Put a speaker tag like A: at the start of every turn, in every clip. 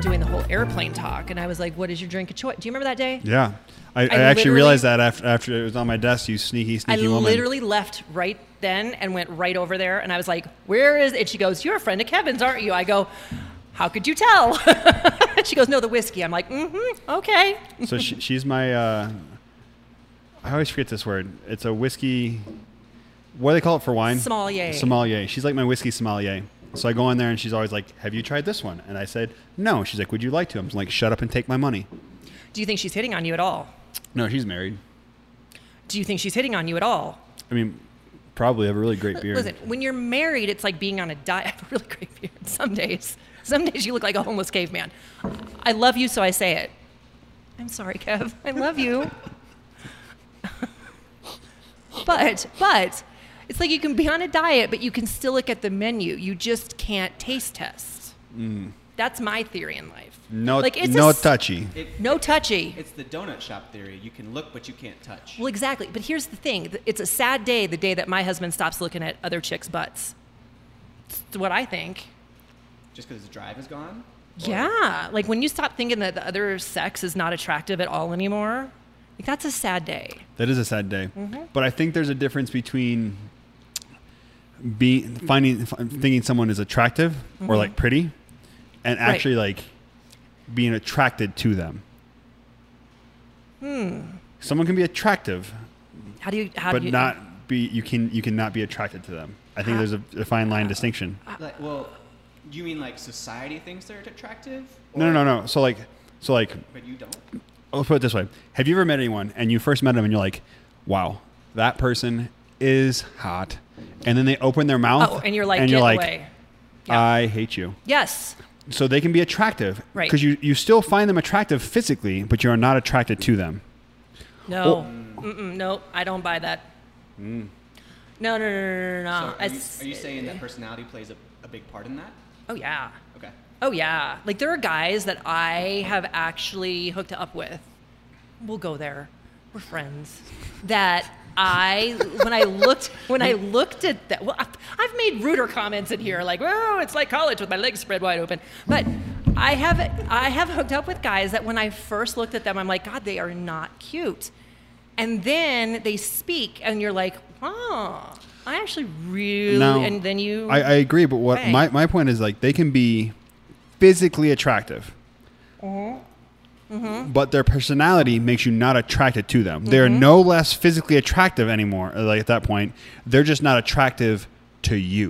A: doing the whole airplane talk, and I was like, "What is your drink of choice?" Do you remember that day?
B: Yeah. I, I, actually
A: literally-
B: realized that after, after it was on my desk, you sneaky,
A: I
B: sneaky woman.
A: literally left right then and went right over there, and I was like, "Where is?" it? she goes, "You're a friend of Kevin's, aren't you?" I go, "How could you tell?" she goes, "No, the whiskey." I'm like, "Mm-hmm, okay."
B: so she, she's my, uh, I always forget this word. It's a whiskey, what do they call it for wine?
A: Sommelier.
B: Sommelier. She's like my whiskey sommelier. So I go in there and she's always like, have you tried this one? And I said, no. She's like, would you like to? I'm like, shut up and take my money.
A: Do you think she's hitting on you at all?
B: No, she's married.
A: Do you think she's hitting on you at all?
B: I mean, probably have a really great beard.
A: Listen, when you're married, it's like being on a diet. I have a really great beard some days. Some days you look like a homeless caveman. I love you, so I say it. I'm sorry, Kev. I love you. but, but, it's like you can be on a diet, but you can still look at the menu. You just can't taste test. That's my theory in life.
B: Mm. No,
A: like it's a
B: no
A: s-
B: touchy.
C: It,
A: No touchy.
C: It's the donut shop theory. You can look, but you can't touch.
A: Well, exactly. But here's the thing: Th- it's a sad day the day that my husband stops looking at other chicks' butts. It's what I think.
C: Just because the drive is gone.
A: Yeah, like when you stop thinking that the other sex is not attractive at all anymore, like that's a sad day.
B: That is a sad day.
A: Mm-hmm.
B: But I think there's a difference between being finding f- thinking someone is attractive or
A: Mm-hmm.
B: like pretty, and actually like being attracted to them. Hmm. Someone can be attractive,
A: How do you? How
B: but
A: do you,
B: not be you can you cannot be attracted to them. I
A: How-
B: think
A: Uh,
B: there's a, a fine line distinction.
C: Like, well, you mean like society thinks they're attractive?
B: No,
C: Or-
B: no, no, no. So like, so like,
C: But you don't.
A: Uh,
B: I'll put it this way: Have you ever met anyone and you first met them and you're like, "Wow, that person is hot," and then they open their mouth
A: Oh, and you're like,
B: and
A: get
B: you're like,
A: away.
B: "I hate you."
A: Yes,
B: So they can be attractive,
A: Right.
B: Because you you still find them attractive physically, but you are not attracted to them.
A: no,
B: Oh.
A: Mm-mm, no, I don't buy that.
B: Mm.
A: No, no, no, no,
C: So
A: no, no.
C: are, you,
A: It's- eh.
C: are you saying that personality plays a, a big part in that?
A: Oh yeah.
C: Okay.
A: Oh yeah. Like there are guys that I have actually hooked up with. We'll go there. We're friends. That I when I looked when I looked at that well I've- I've made ruder comments in here like oh it's like college with my legs spread wide open but I have I have hooked up with guys that when I first looked at them I'm like god they are not cute and then they speak and you're like oh I actually really
B: Now,
A: and then you
B: I, I agree, but what
A: Right.
B: my, my point is like they can be physically attractive,
A: Mm-hmm.
B: but their personality makes you not attracted to them. They're
A: Mm-hmm.
B: no less physically attractive anymore. uh, Like at that point, they're just not attractive to you.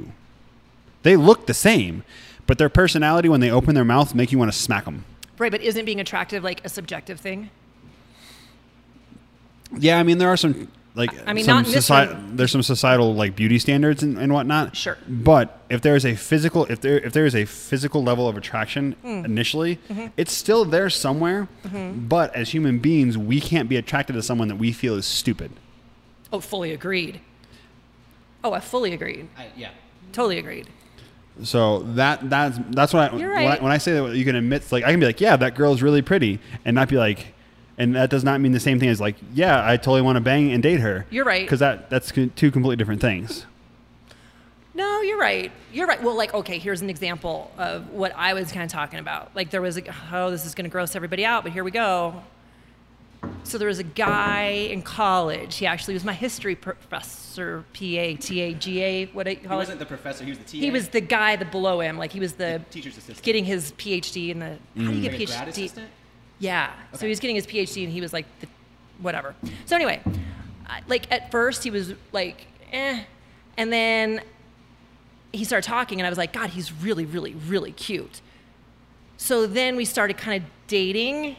B: They look the same, but their personality when they open their mouth make you want to smack them.
A: right but isn't being attractive like a subjective thing
B: Yeah, I mean there are some like
A: I mean,
B: some
A: not in this
B: soci-
A: room.
B: there's some societal like beauty standards and, and whatnot.
A: Sure.
B: But if there is a physical if there if there is a physical level of attraction
A: Mm.
B: initially,
A: Mm-hmm.
B: it's still there somewhere. But as human beings, we can't be attracted to someone that we feel is stupid.
A: Oh, fully agreed. Oh, I fully agreed.
C: I, yeah.
A: Totally agreed.
B: So that that's that's what I,
A: You're
B: when
A: right.
B: I when I say that you can admit like I can be like yeah that girl's really pretty and not be like and that does not mean the same thing as like yeah I totally want to bang and date her.
A: You're right.
B: because that that's co- two completely different things.
A: No, you're right. You're right. Well, like, okay, here's an example of what I was kind of talking about. Like, there was a, oh, this is going to gross everybody out, but here we go. So there was a guy in college. He actually was my history professor, P A T A G A. What do you
C: He
A: call it?
C: wasn't the professor. He was the TA.
A: He was the guy that below him. Like he was the
C: teacher's assistant.
A: getting his PhD in the. How do you
C: like
A: get
C: a
A: PhD?
C: grad assistant.
A: Yeah. So
C: Okay.
A: he was getting his PhD and he was like, the, whatever. So anyway, I- like at first he was like, eh. And then he started talking and I was like, God, he's really, really, really cute. So then we started kind of dating.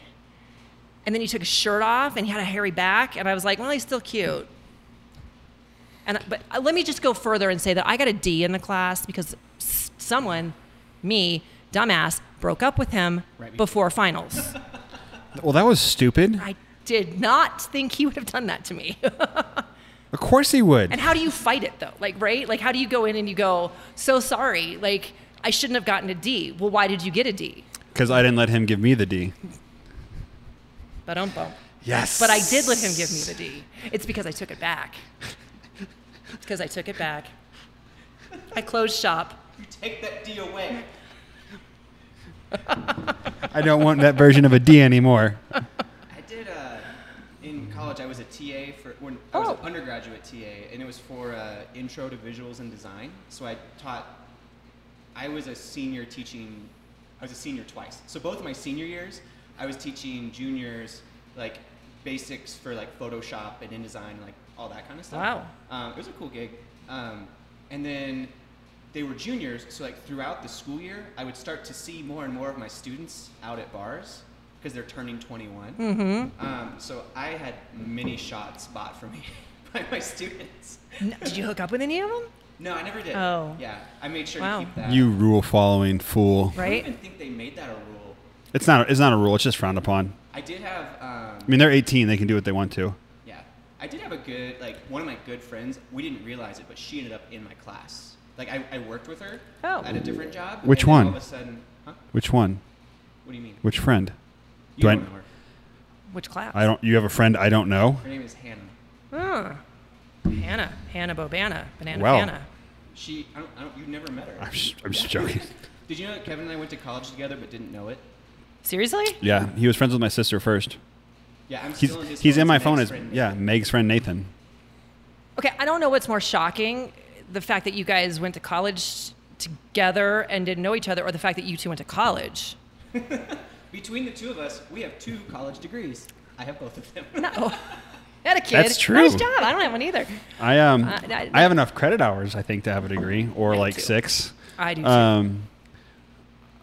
A: And then he took his shirt off and he had a hairy back. And I was like, well, he's still cute. And but uh, let me just go further and say that I got a D in the class because s- someone, me, dumbass, broke up with him
C: Right, me too.
A: before finals.
B: Well, that was stupid.
A: I did not think he would have done that to me.
B: Of course he would.
A: and how do you fight it though? Like, right? Like, how do you go in and you go, so sorry, like, I shouldn't have gotten a D. Well, why did you get a D?
B: Because I didn't let him give me the D.
A: But um bum.
B: Yes.
A: But I did let him give me the D. It's because I took it back. It's because I took it back. I closed shop.
C: You take that D away.
B: I don't want that version of a D anymore.
C: I did. Uh, in college, I was a TA for when I was
A: Oh.
C: an undergraduate TA, and it was for uh, intro to visuals and design. So I taught. I was a senior teaching. I was a senior twice. So both of my senior years, I was teaching juniors like basics for like Photoshop and InDesign, like all that kind of stuff.
A: Wow.
C: Um, it was a cool gig. Um, and then they were juniors, so like throughout the school year, I would start to see more and more of my students out at bars because they're turning 21. Mm-hmm. Um, so I had many shots bought for me by my students.
A: N- Did you hook up with any of them?
C: No, I never did.
A: Oh.
C: Yeah, I made sure
A: Wow.
C: to keep that.
B: You rule following fool.
C: I don't
A: Right?
C: even think they made that a rule.
B: It's not. It's not a rule. It's just frowned upon.
C: I did have. Um,
B: I mean, they're 18. They can do what they want to.
C: Yeah. I did have a good, like, one of my good friends, we didn't realize it, but she ended up in my class. Like, I, I worked with her
A: Oh.
C: at a different job.
B: Which
C: and then
B: one?
C: All of a sudden, huh?
B: Which one?
C: What do you mean?
B: Which friend?
C: You
B: do I-
C: don't know her.
A: Which class?
B: I don't. You have a friend I don't know.
C: Her name is Hannah.
A: Huh. Hannah. Hannah Bobana. Banana
B: Wow.
A: Hannah.
C: She, I don't, I don't, you never met her.
B: I'm just, I'm just joking.
C: Did you know that Kevin and I went to college together but didn't know it?
A: Seriously?
B: Yeah, he was friends with my sister first.
C: Yeah, I'm
B: He's
C: still in this
B: he's in my
C: phone's
B: phone
C: next
B: as
C: friend.
B: yeah Meg's friend Nathan.
A: Okay, I don't know what's more shocking the fact that you guys went to college together and didn't know each other, or the fact that you two went to college.
C: Between the two of us, we have two college degrees. I have both of them.
A: No. Not a kid.
B: That's true.
A: Nice job. I don't have one either.
B: I um
A: Uh,
B: I,
A: I-
B: have enough credit hours I think to have a degree or
A: I do
B: like
A: too.
B: six.
A: I do too.
B: Um,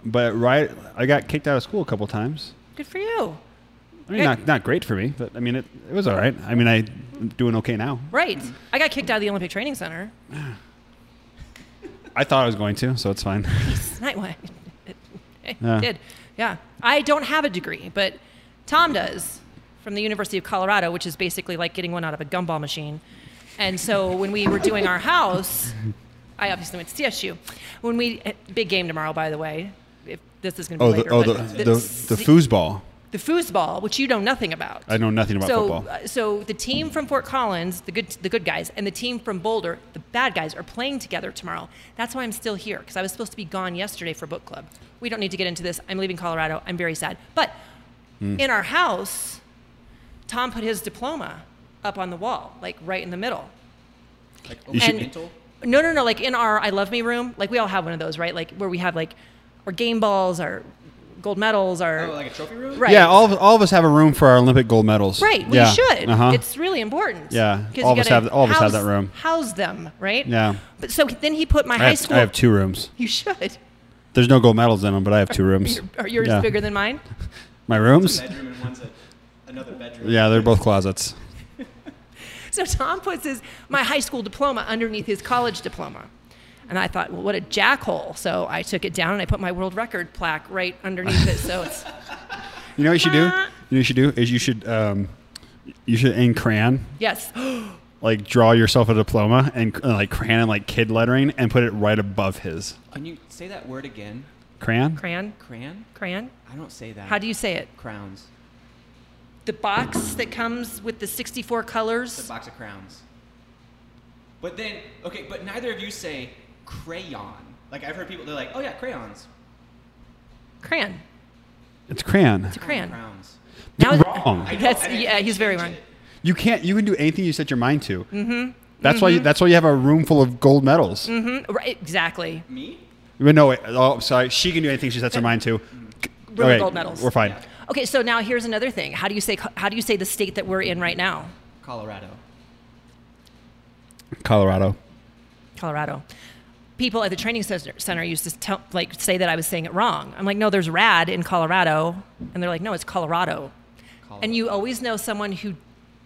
B: but right, I got kicked out of school a couple times.
A: Good for you.
B: I mean, not not great for me, but I mean it, it was all right. I mean I doing okay now.
A: Right. I got kicked out of the Olympic Training Center.
B: I thought I was going to, so it's fine.
A: Night one. I
B: Yeah.
A: did. Yeah. I don't have a degree, but Tom does from the University of Colorado, which is basically like getting one out of a gumball machine. And so when we were doing our house, I obviously went to CSU. When we eh, big game tomorrow, by the way, if this is going to be
B: oh, the,
A: later.
B: oh the,
A: but
B: the the
A: se-
B: foosball.
A: the foosball, which you know nothing about.
B: I know nothing about
A: so,
B: football.
A: uh, so the team from Fort Collins, the good, the good guys, and the team from Boulder, the bad guys, are playing together tomorrow. That's why I'm still here because I was supposed to be gone yesterday for book club. We don't need to get into this. I'm leaving Colorado. I'm very sad. But
B: Hmm.
A: in our house, Tom put his diploma up on the wall, like right in the middle.
C: Like,
B: You should-
C: mental.
A: No, no, no. Like in our I love me room, like we all have one of those, right? Like where we have like our game balls, our gold medals, our
C: Oh, like a trophy room?
A: right.
B: Yeah, all of, all of us have a room for our Olympic gold medals.
A: Right, we
B: Yeah.
A: should.
B: Uh-huh.
A: It's really important.
B: Yeah,
A: 'Cause
B: all
A: you
B: of us
A: gotta
B: have- all of us have
A: house-
B: that room.
A: House them, right?
B: Yeah.
A: But so then he put my
B: I
A: high
B: have,
A: school.
B: I have two rooms.
A: You should.
B: There's no gold medals in them, but I have two rooms.
A: Are yours
B: Yeah.
A: bigger than mine?
B: My rooms?
C: Bedroom and one's a, another bedroom.
B: Yeah, they're both closets.
A: So Tom puts his my high school diploma underneath his college diploma. And I thought, well, what a jackhole. So I took it down and I put my world record plaque right underneath it. So it's
B: You know what you should do? You know what you should do is you should um, you should in crayon
A: yes.
B: like draw yourself a diploma and uh, like crayon and like kid lettering and put it right above his
C: Can you say that word again?
B: crayon.
A: Crayon.
C: Crayon?
A: Crayon.
C: I don't say that.
A: How do you say it?
C: Crowns.
A: The box that comes with the 64
C: It's a
A: colors.
C: box of crowns. But then, okay, but neither of you say crayon. Like I've heard people, they're like, oh yeah, crayons.
A: Crayon.
B: It's crayon.
A: It's a crayon.
C: Crowns.
A: Now-
B: You're wrong.
C: I know,
A: That's-
C: and I
A: yeah,
C: can't
A: he's very
C: change
A: wrong.
C: it.
B: You can't. You can do anything you set your mind to. Mm-hmm. That's why. You, that's why you have a room full of gold medals.
A: Mm, right, exactly.
C: Me?
B: But no, wait. Oh, sorry. She can do anything she sets her mind to.
A: Room of gold medals.
B: We're fine.
A: Okay, so now here's another thing. How do you say how do you say the state that we're in right now?
C: Colorado.
B: Colorado.
A: Colorado. People at the training center, center used to tell, like say that I was saying it wrong. I'm like, no, there's rad in Colorado, and they're like, no, it's Colorado.
C: Colorado.
A: And you always know someone who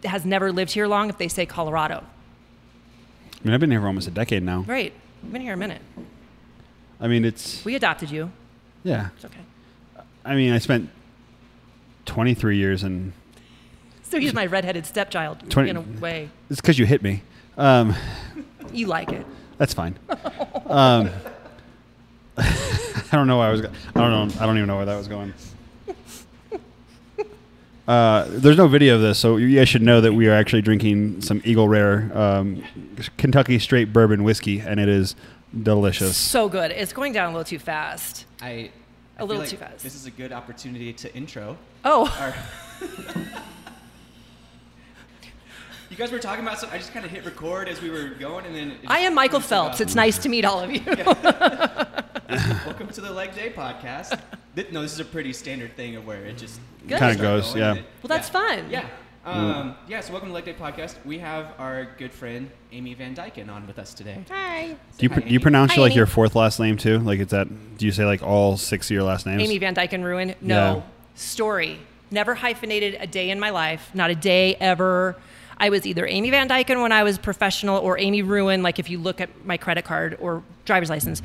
A: has never lived here long if they say Colorado.
B: I mean, I've been here for almost a decade now.
A: Right? I've been here a minute.
B: I mean, it's
A: We adopted you.
B: yeah.
A: It's okay.
B: I mean, I spent 23 years in
A: So he's my redheaded stepchild
B: Twenty-
A: in a way.
B: It's because you hit me. Um,
A: You like it?
B: that's fine. Um, I don't know where I was. Go- I don't know. I don't even know where that was going. Uh, there's no video of this, so you guys should know that we are actually drinking some Eagle Rare um, Kentucky Straight Bourbon whiskey, and it is delicious.
A: So good. It's going down a little too fast.
C: I
A: A
C: I feel
A: little
C: like
A: too fast.
C: This is a good opportunity to intro.
A: Oh,
C: our- you guys were talking about something. I just kind of hit record as we were going, and then it
A: I am
C: just
A: Michael
C: comes about-
A: Phelps. It's nice to meet all of you.
C: Welcome to the Leg Day podcast. Th- no, this is a pretty standard thing of where it just
A: Good.
B: Kinda
C: start
B: goes,
C: going and
B: yeah. Mm.
C: it-
A: Well, that's
C: yeah.
A: fun.
C: Yeah. Um, yeah, so welcome to Leg Day podcast. We have our good friend Amy Van Dyken on with us today.
A: Hi.
B: Do you,
C: Hi,
B: pr- do you
C: Amy.
B: pronounce
A: Hi,
B: your, like
A: Amy.
B: your fourth last name too? Like it's that? Do you say like all six of your last names?
A: Amy Van Dyken ruined. No
B: Yeah.
A: story. Never hyphenated a day in my life. Not a day ever. I was either Amy Van Dyken when I was professional, or Amy Ruin. Like if you look at my credit card or driver's license.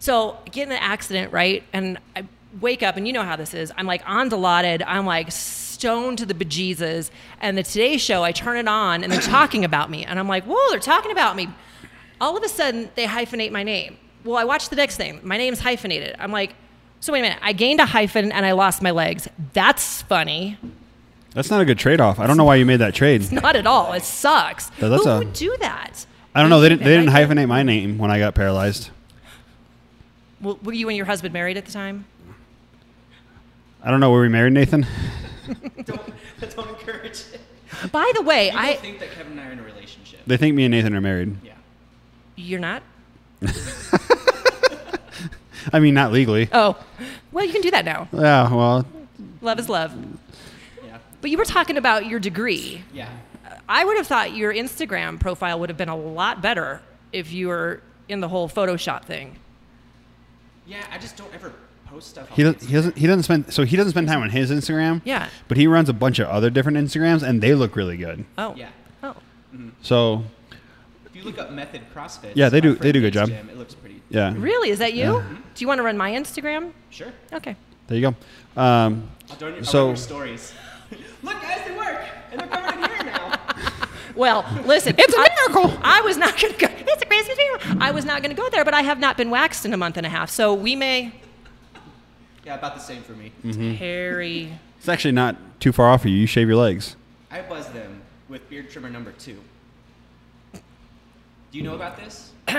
A: So I get in an accident, right? And I wake up, and you know how this is. I'm like on Dilaudid. I'm like stoned to the bejesus. And the Today Show, I turn it on, and they're talking about me, and I'm like, whoa, they're talking about me all of a sudden they hyphenate my name. Well, I watched the next thing. My name's hyphenated. I'm like, so wait a minute. I gained a hyphen and I lost my legs. That's funny.
B: That's not a good trade off. I don't know why you made that trade.
A: Not at all. It sucks.
B: But that's
A: Who
B: a-
A: would do that?
B: I don't know. They didn't. They didn't
A: Hyphenate.
B: hyphenate my name when I got paralyzed.
A: Well, were you and your husband married at the time?
B: I don't know. Were we married, Nathan?
C: Don't, don't encourage it.
A: By the way,
C: People
A: I
C: think that Kevin and I are in a relationship.
B: They think me and Nathan are married.
C: yeah.
A: you're not.
B: I mean, not legally.
A: Oh, well, you can do that now.
B: Yeah. Well,
A: Love is love.
C: Yeah.
A: But you were talking about your degree.
C: Yeah.
A: I would have thought your Instagram profile would have been a lot better if you were in the whole Photoshop thing.
C: Yeah, I just don't ever post stuff on
B: he doesn't.
C: Instagram.
B: He doesn't. He doesn't spend. So he doesn't spend time on his Instagram.
A: Yeah.
B: But he runs a bunch of other different Instagrams, and they look really good.
A: Oh.
C: Yeah.
A: Oh.
B: So
C: If you look up Method CrossFit,
B: Yeah, they
C: it's
B: do-
C: my
B: they do a good
C: friend's
B: job.
C: gym, It looks pretty.
B: yeah.
A: Really? Is that you?
B: Yeah.
A: Do you want to run my Instagram?
C: Sure.
A: Okay.
B: There you go. Um,
C: I'll join your, I'll
B: So-
C: run your stories. Look, guys, they work, and they're coming in here now.
A: Well, listen, it's a miracle. I, was not going to go. It's a crazy miracle. I was not going to go there, but I have not been waxed in a month and a half, so we may.
C: Yeah, about the same for me.
B: Mm-hmm.
A: Harry.
B: it's actually not too far off for you. You shave your legs.
C: I buzz them with beard trimmer number two. Do you know about this?
A: What-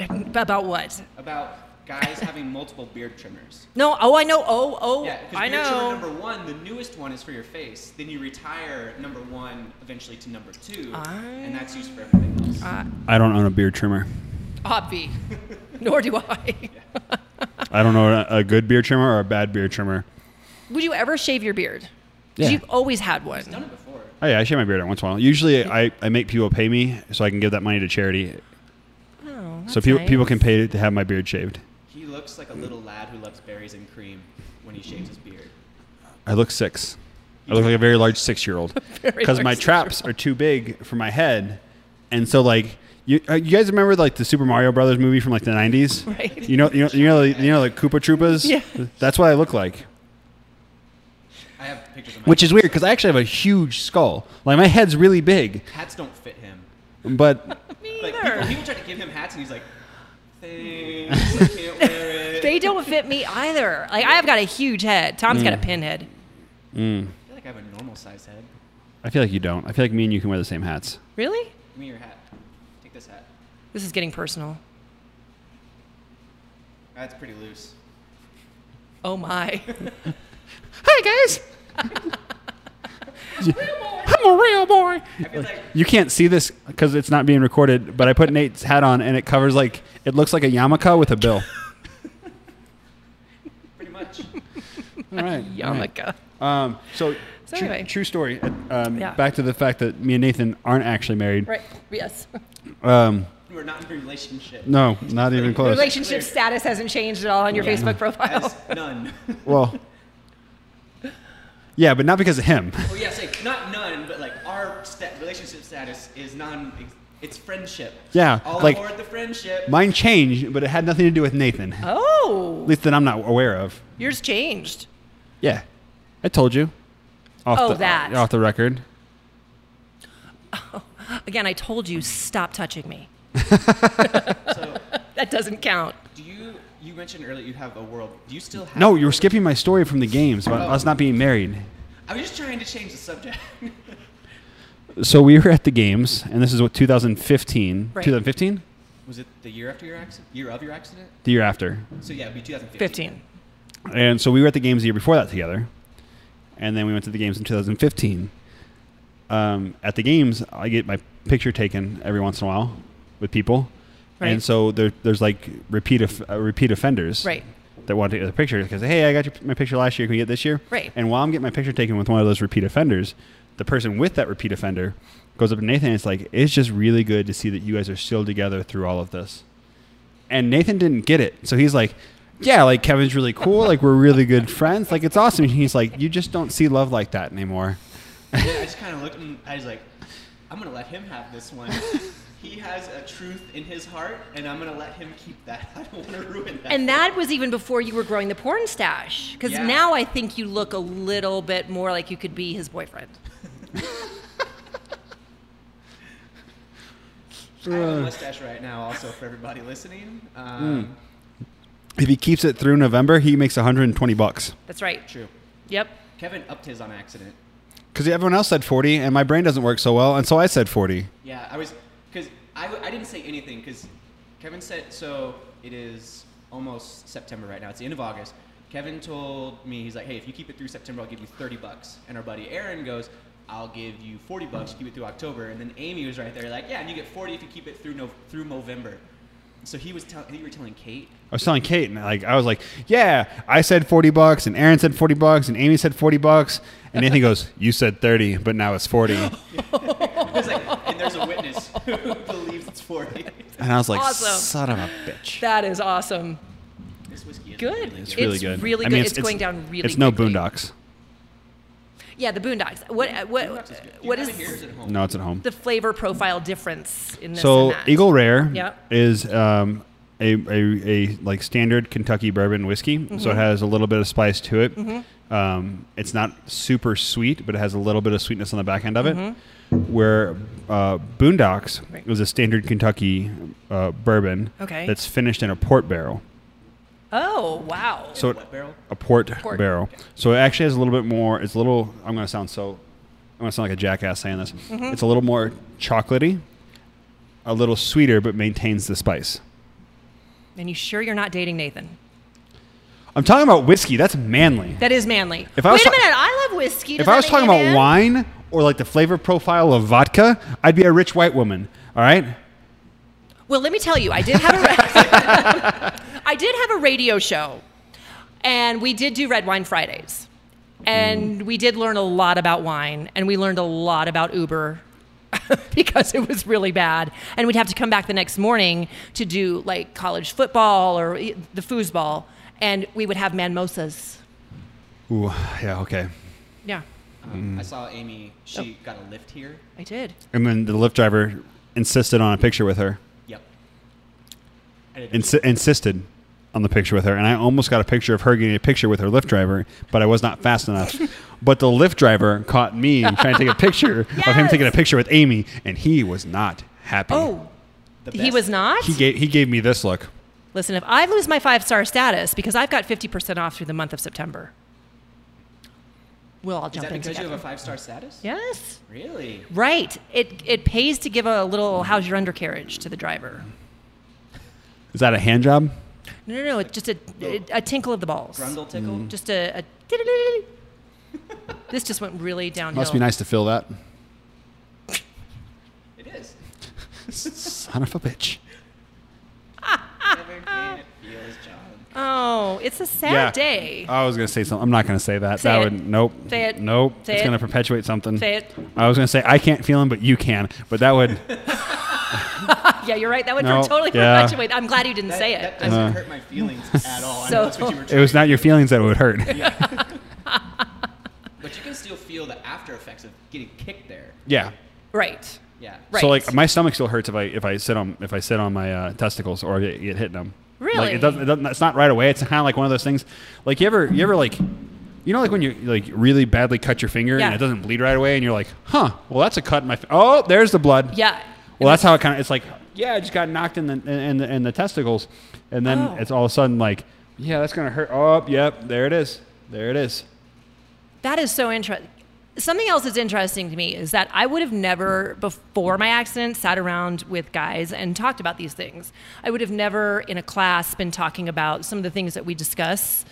A: uh, About what?
C: About guys having multiple beard trimmers.
A: No. Oh, I know. Oh, oh,
C: Yeah, because
A: I
C: beard trimmer
A: know.
C: number one, the newest one is for your face. Then you retire number one eventually to number two, and that's used for everything else.
A: Ah.
B: I don't own a beard trimmer.
A: Obvi. Nor do I.
B: I don't know a, a good beard trimmer or a bad beard trimmer.
A: Would you ever shave your beard? 'Cause
B: Yeah.
A: You've always had
C: I've done
A: one.
C: it before.
B: Oh yeah, I shave my beard every once in a while. Usually, I, I make people pay me so I can give that money to charity.
A: Oh,
B: So
A: that's
B: people
A: nice.
B: people can pay to have my beard shaved.
C: He looks like a little lad who loves berries and cream when he shaves his beard.
B: I look six. I look like a very large six year old
A: Very
B: because my
A: large
B: traps are too big for my head, and so like you uh, you guys remember like the Super Mario Brothers movie from like the nineties.
A: Right.
B: You know you know you know, like, you know like Koopa Troopas.
A: Yeah.
B: That's what I look like.
C: I have pictures of my
B: Which is weird because I actually have a huge skull. Like my head's really big,
C: hats don't fit him.
B: but
A: Me
C: Like people,
A: either.
C: people try to give him hats, and he's like, "Thanks, I can't wear it."
A: They don't fit me either. Like I've got a huge head. Tom's
B: Mm.
A: got a pinhead.
C: I feel like I have a normal size head.
B: I feel like you don't. I feel like me and you can wear the same hats.
A: Really?
C: Give me your hat. Take this hat.
A: This is getting personal.
C: That's pretty loose.
A: Oh my.
B: Hi guys. I'm a real boy.
C: I feel like
B: You can't see this because it's not being recorded, but I put Nate's hat on and it covers like it looks like a yarmulke with a bill.
C: pretty much.
B: All right.
A: Yarmulke.
B: Um, so,
A: So
B: true,
A: anyway.
B: true story. Um,
A: Yeah.
B: Back to the fact that me and Nathan aren't actually married.
A: Right. Yes.
B: Um,
C: We're not in a relationship.
B: no, not even close.
A: Relationship status hasn't changed at all on your Facebook profile.
C: As none.
B: well, yeah, but not because of him.
C: oh yeah, say not none, but like our sta- relationship status is non. It's friendship.
B: Yeah,
C: All
B: like-
C: aboard the friendship.
B: Mine changed, but it had nothing to do with Nathan. At
A: Oh,
B: least that I'm not aware of.
A: yours changed.
B: Yeah, I told you. Off
A: Oh,
B: the,
A: that.
B: off the record.
A: Again, I told you, stop touching me.
C: so,
A: That doesn't count.
C: do you? You mentioned earlier you have a world. Do you still have?
B: No, you were skipping my story from the games about
C: Oh.
B: us not being married.
C: I was just trying to change the subject.
B: So we were at the games, and this is what 2015,
A: Right.
B: 2015,
C: was it the year after your accident? Year of your accident?
B: the year after.
C: So yeah, it'd be 2015.
A: 15.
B: And so we were at the games the year before that together, and then we went to the games in 2015. Um, at the games, I get my picture taken every once in a while with people,
A: Right.
B: and so there, there's like repeat of, uh, repeat offenders
A: Right.
B: that want to get the picture because hey, I got your, my picture last year. Can we get this year?
A: Right.
B: And while I'm getting my picture taken with one of those repeat offenders, the person with that repeat offender goes up to Nathan and it's like, it's just really good to see that you guys are still together through all of this. And Nathan didn't get it, so he's like. Yeah, like Kevin's really cool. Like we're really good friends. Like it's awesome. And he's like, you just don't see love like that anymore.
C: Yeah, I just kind of looked and I was like, I'm gonna let him have this one. he has a truth in his heart, and I'm gonna let him keep that. I don't want to ruin that.
A: And that was even before you were growing the porn stash. Because
C: Yeah.
A: now I think you look a little bit more like you could be his boyfriend.
C: I have a mustache right now, also for everybody listening. Um,
B: If he keeps it through November, he makes 120 bucks.
A: That's right.
C: True.
A: Yep.
C: Kevin upped his on accident.
B: Because everyone else said 40, and my brain doesn't work so well, and so I said 40.
C: Yeah, I was because I, w- I didn't say anything because Kevin said so. It is almost September right now. It's the end of August. Kevin told me he's like, hey, if you keep it through September, I'll give you thirty bucks. And our buddy Aaron goes, I'll give you forty bucks. Keep it through October. And then Amy was right there like, yeah, and you get forty if you keep it through no- through November. So he was telling you were telling Kate.
B: I was telling Kate, and like I was like, "Yeah, I said 40 bucks, and Aaron said 40 bucks, and Amy said 40 bucks." And Nathan goes, "You said 30, but now it's 40." And
C: I was like, and there's a witness who believes it's forty.
B: I was like,
A: Awesome.
B: "Son of a bitch."
A: That is awesome.
C: This whiskey is
A: Good.
C: really
B: It's really
A: It's
B: good.
A: really
B: I mean,
A: good. It's going down really
B: It's no
A: quickly.
B: Boondocks.
A: Yeah, the Boondocks. What uh,
C: good.
A: what
C: Do you
A: what
C: have it here or
A: is
C: it at home?
B: No, it's at home.
A: the flavor profile difference in this?
B: So
A: and that?
B: Eagle Rare
A: Yep.
B: is um, a, a, a like standard Kentucky bourbon whiskey. So it
A: Mm-hmm.
B: has a little bit of spice to it. Um, it's not super sweet, but it has a little bit of sweetness on the back end of it. Where uh, Boondocks
A: Mm-hmm. Right.
B: is a standard Kentucky uh, bourbon
A: Okay.
B: that's finished in a port barrel.
A: Oh wow.
B: So it,
C: Wet barrel.
B: a port,
A: Port.
B: barrel. So it actually has a little bit more. It's a little. I'm going to sound so. I'm going to sound like a jackass saying this. It's a little more chocolatey, a little sweeter, but maintains the spice.
A: and you sure you're not dating Nathan?
B: I'm talking about whiskey. That's manly.
A: That is manly.
B: If I was
A: Wait a
B: ta-
A: minute, I love whiskey. Does
B: if I
A: that
B: was
A: make
B: talking
A: you
B: about
A: mad?
B: wine or like the flavor profile of vodka, I'd be a rich white woman. All right.
A: Well, let me tell you, I did have a ra- I did have a radio show, and we did do Red Wine Fridays,
B: Mm.
A: and we did learn a lot about wine, and we learned a lot about Uber because it was really bad, and we'd have to come back the next morning to do like college football or eh, the foosball, and we would have manmosas.
B: Ooh, yeah, okay.
A: Yeah,
C: Um, I saw Amy. She
A: Oh.
C: got a lift here.
A: I did.
B: And then the Lyft driver insisted on a picture with her.
C: Yep. I did.
B: Ins- insisted on the picture with her, and I almost got a picture of her getting a picture with her Lyft driver, but I was not fast enough. but the Lyft driver caught me trying to take a picture of him
A: Yes.
B: taking a picture with Amy, and he was not happy.
A: Oh,
C: The
A: he
C: best-
A: was not.
B: he gave he gave me this look.
A: Listen, if I lose my five star status because I've got 50% off through the month of September, we'll all
C: Is
A: jump
C: that
A: in
C: because you
A: together.
C: have a five star status?
A: yes.
C: Really?
A: Right. It, it pays to give a little how's your undercarriage to the driver.
B: Is that a hand job?
A: No, no, no. It's just a, a, tinkle of the balls.
C: Grundle tickle?
A: Just a. a this just went really downhill.
B: Must be nice to feel that.
C: It is.
B: Son of a bitch.
C: Never can it feels, John.
A: Oh, it's a sad day.
B: I was gonna say something. I'm not gonna say that.
A: Say
B: that
A: it.
B: would nope.
A: Say it.
B: Nope.
A: Say
B: it's
A: it.
B: gonna perpetuate something.
A: Say it.
B: I was gonna say I can't feel him, but you can. But that would
A: Yeah, you're right. That would
B: No,
A: totally
B: yeah.
A: perpetuate. I'm glad you didn't
C: That,
A: say it. Uh.
C: that doesn't hurt my feelings at all. I
A: So-
C: know that's what you were
B: it
C: trying.
B: was not your feelings that would hurt.
C: But you can still feel the after effects of getting kicked there.
B: yeah.
A: right.
C: Yeah.
A: Right.
B: So like my stomach still hurts if I if I sit on if I sit on my uh, testicles or get, get hit them. Like
A: Really?
B: it doesn't, it doesn't. It's not right away. It's kind of like one of those things. Like you ever you ever like, you know like when you like really badly cut your finger
A: Yeah.
B: and it doesn't bleed right away and you're like, huh? Well, that's a cut in my. Fi- oh, there's the blood.
A: Yeah.
B: Well, that's how it kind of. It's like yeah, I just got knocked in the in the, in the testicles, and then
A: Oh.
B: it's all of a sudden like yeah, that's gonna hurt. Oh, yep, there it is. There it is.
A: That is so interesting. Something else that's interesting to me is that I would have never, before my accident, sat around with guys and talked about these things. I would have never, in a class, been talking about some of the things that we discuss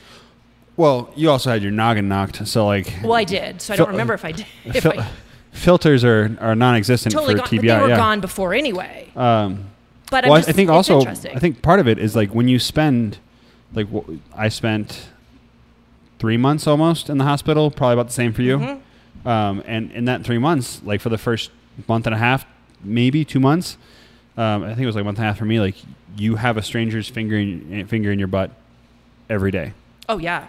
B: Well, you also had your noggin knocked, so like.
A: Well, I did, so I don't
B: Fil-
A: remember if I did. If
B: fil-
A: I
B: filters are, are non-existent
A: totally
B: uh, for
A: gone,
B: TBI.
A: but they were
B: yeah.
A: gone before anyway.
B: Um,
A: But
B: well,
A: I'm
B: I-
A: just,
B: I think
A: it's
B: also
A: interesting.
B: I think part of it is like when you spend, like w- I spent three months almost in the hospital, probably about the same for you.
A: Mm-hmm.
B: Um, and in that three months, like for the first month and a half, maybe two months, um, I think it was like a month and a half for me. Like you have a stranger's finger in, finger in your butt every day.
A: Oh yeah.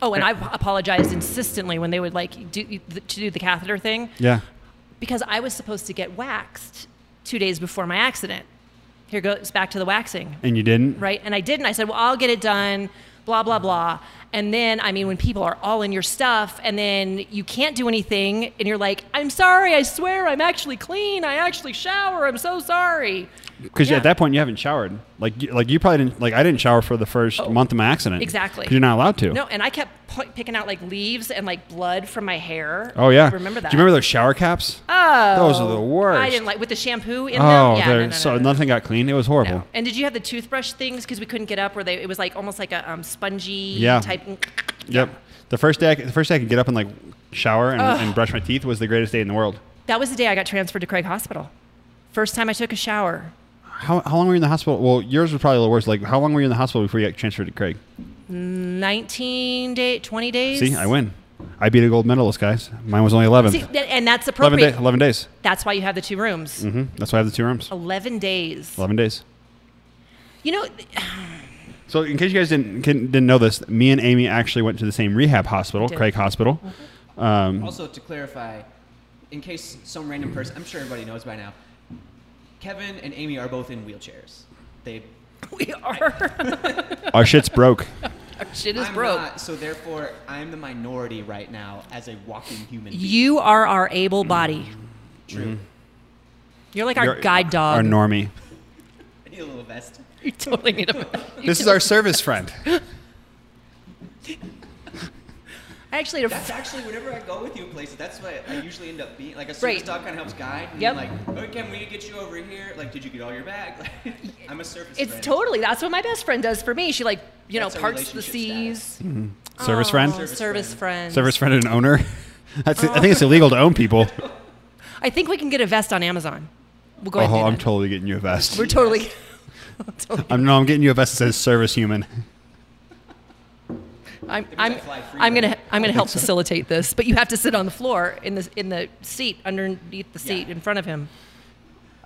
A: Oh, and I apologized insistently when they would like do to do the catheter thing
B: Yeah.
A: because I was supposed to get waxed two days before my accident. Here goes back to the waxing,
B: And you didn't.
A: right? And I didn't. I said, "Well, I'll get it done." Blah blah blah. And then, I mean, when people are all in your stuff, and then you can't do anything, and you're like, "I'm sorry. I swear, I'm actually clean. I actually shower. I'm so sorry."
B: Because
A: Yeah.
B: at that point you haven't showered. Like you, like you probably didn't. Like I didn't shower for the first month of my accident.
A: Oh, exactly.
B: 'Cause You're not allowed to.
A: No, and I kept pu- picking out like leaves and like blood from my hair.
B: Oh yeah.
A: remember that?
B: Do you remember those shower caps?
A: Oh,
B: Those are the worst.
A: I didn't like with the shampoo in
B: Oh,
A: them. Yeah, no,
B: they're-
A: no, no,
B: so
A: no, no.
B: nothing got clean. It was horrible.
A: No. And did you have the toothbrush things because we couldn't get up? Where they it was like almost like a um, spongy
B: Yeah.
A: type.
B: Yep. The first day, I, c- the first day I could get up and like shower and, and brush my teeth was the greatest day in the world.
A: That was the day I got transferred to Craig Hospital. First time I took a shower,
B: How, how long were you in the hospital? Well, yours was probably a little worse. Like, how long were you in the hospital before you got transferred to Craig?
A: 19 day, 20 days.
B: See, I win. I beat a gold medalist, guys. Mine was only 11.
A: See, that- and that's
B: 11,
A: appropriate.
B: day, 11 days.
A: That's why you have the two rooms.
B: hmm That's why I have the two rooms.
A: 11 days.
B: 11 days.
A: You know,
B: So, in case you guys didn't can, didn't know this, me and Amy actually went to the same rehab hospital,
A: did. Uh-huh.
B: Craig Hospital. Um,
C: Also, to clarify, in case some random person, I'm sure everybody knows by now, Kevin and Amy are both in wheelchairs. They
A: we are.
B: our shit's broke.
A: our shit is
C: I'm
A: broke.
C: not, so therefore, I'm the minority right now as a walking human. being.
A: You are our able body.
C: True.
A: You're like our
B: You're-
A: guide dog.
B: Our normie.
C: I need a little vest.
A: you totally need a.
B: This is our service friend.
A: I actually had a
C: That's actually whenever I go with you places. That's what I usually end up being. Like a service
A: Right.
C: dog kind of helps guide. And
A: Yep.
C: Like, oh, Kevin, we get you over here. Like, did you get all your bag? Like, I'm a service.
A: It's
C: friend.
A: totally that's what my best friend does for me. She like you
C: That's
A: know
C: a
A: parts the
C: relationship
A: seas.
B: Service
A: Aw,
B: friend?
A: Service,
C: Service
A: friend.
B: Service friend and owner. That's, I think it's
A: Oh.
B: illegal to own people.
A: I think we can get a vest on Amazon. We'll go
B: Oh,
A: ahead. And do
B: I'm
A: that.
B: totally getting you a vest.
A: We're totally. totally-
B: I'm no, I'm getting you a vest that says service human.
A: I'm
C: Maybe
A: I'm,
C: that fly free
A: I'm
C: then.
A: gonna I'm gonna help
B: so.
A: facilitate this, but you have to sit on the floor in the in the seat underneath the seat
C: Yeah.
A: in front of him.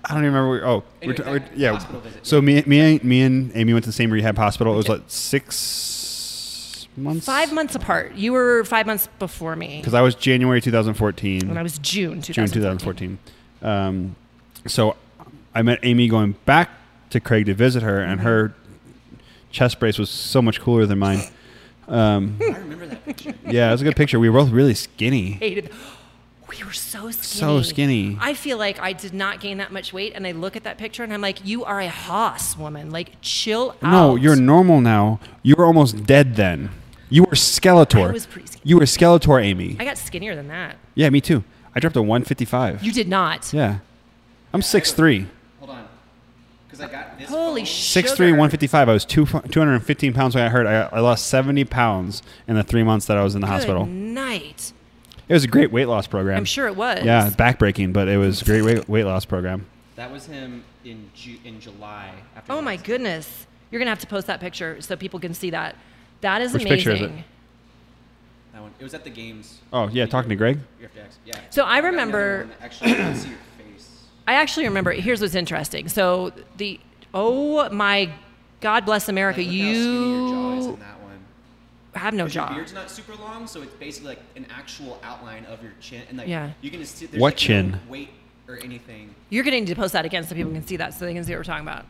B: I don't even remember. Where, oh,
C: Anyway,
B: we're, t-
C: back
B: we're-
C: to
B: yeah.
C: hospital visit.
B: So me, me, me, and Amy went to the same rehab hospital. It was like six months.
A: Five months apart. You were five months before me,
B: Because I was January 2014.
A: and I was June 2014.
B: June 2014. Um, so I met Amy going back to Craig to visit her,
A: Mm-hmm.
B: and her chest brace was so much cooler than mine. Um,
C: I remember that picture.
B: yeah, it was a good picture. We were both really skinny.
A: Hated. We were so skinny.
B: So skinny.
A: I feel like I did not gain that much weight, and I look at that picture and I'm like, "You are a hoss, woman. Like, chill out."
B: No, you're normal now. You were almost dead then. You were Skeletor.
A: I was pretty skinny.
B: You were Skeletor, Amy.
A: I got skinnier than that.
B: yeah, me too. I dropped to 155.
A: You did not.
B: yeah. I'm 6'3.
C: Hold on. Because I got this.
A: Holy
C: phone.
A: sh-
B: 6'3,
A: Sugar.
B: 155. I was two, 215 pounds when I hurt. I, I lost 70 pounds in the three months that I was in the
A: Good
B: hospital.
A: night.
B: It was a great weight loss program.
A: I'm sure it was.
B: Yeah, backbreaking, but it was a great weight, weight loss program.
C: That was him in Ju- in July. After
A: Oh
C: the
A: my
C: accident.
A: goodness. You're gonna have to post that picture so people can see that. That is
B: Which
A: amazing.
B: picture is it?
C: That one. It was at the games.
B: Oh, yeah, talking to Greg?
C: You have to ask- Yeah.
A: So I
C: got another
A: remember-
C: one that Actually, I can see your face.
A: I actually remember. Here's what's interesting. So the oh my God bless America.
C: Like, look how skinny your jaw is
A: you
C: in that one.
A: have no
C: 'Cause Your
A: jaw.
C: beard's not super long, so it's basically like an actual outline of your chin, and like
A: Yeah.
C: you can just see there's
B: What
C: like
B: chin?
C: no weight or anything.
A: You're going to need to post that again so people can see that, so they can see what we're talking about.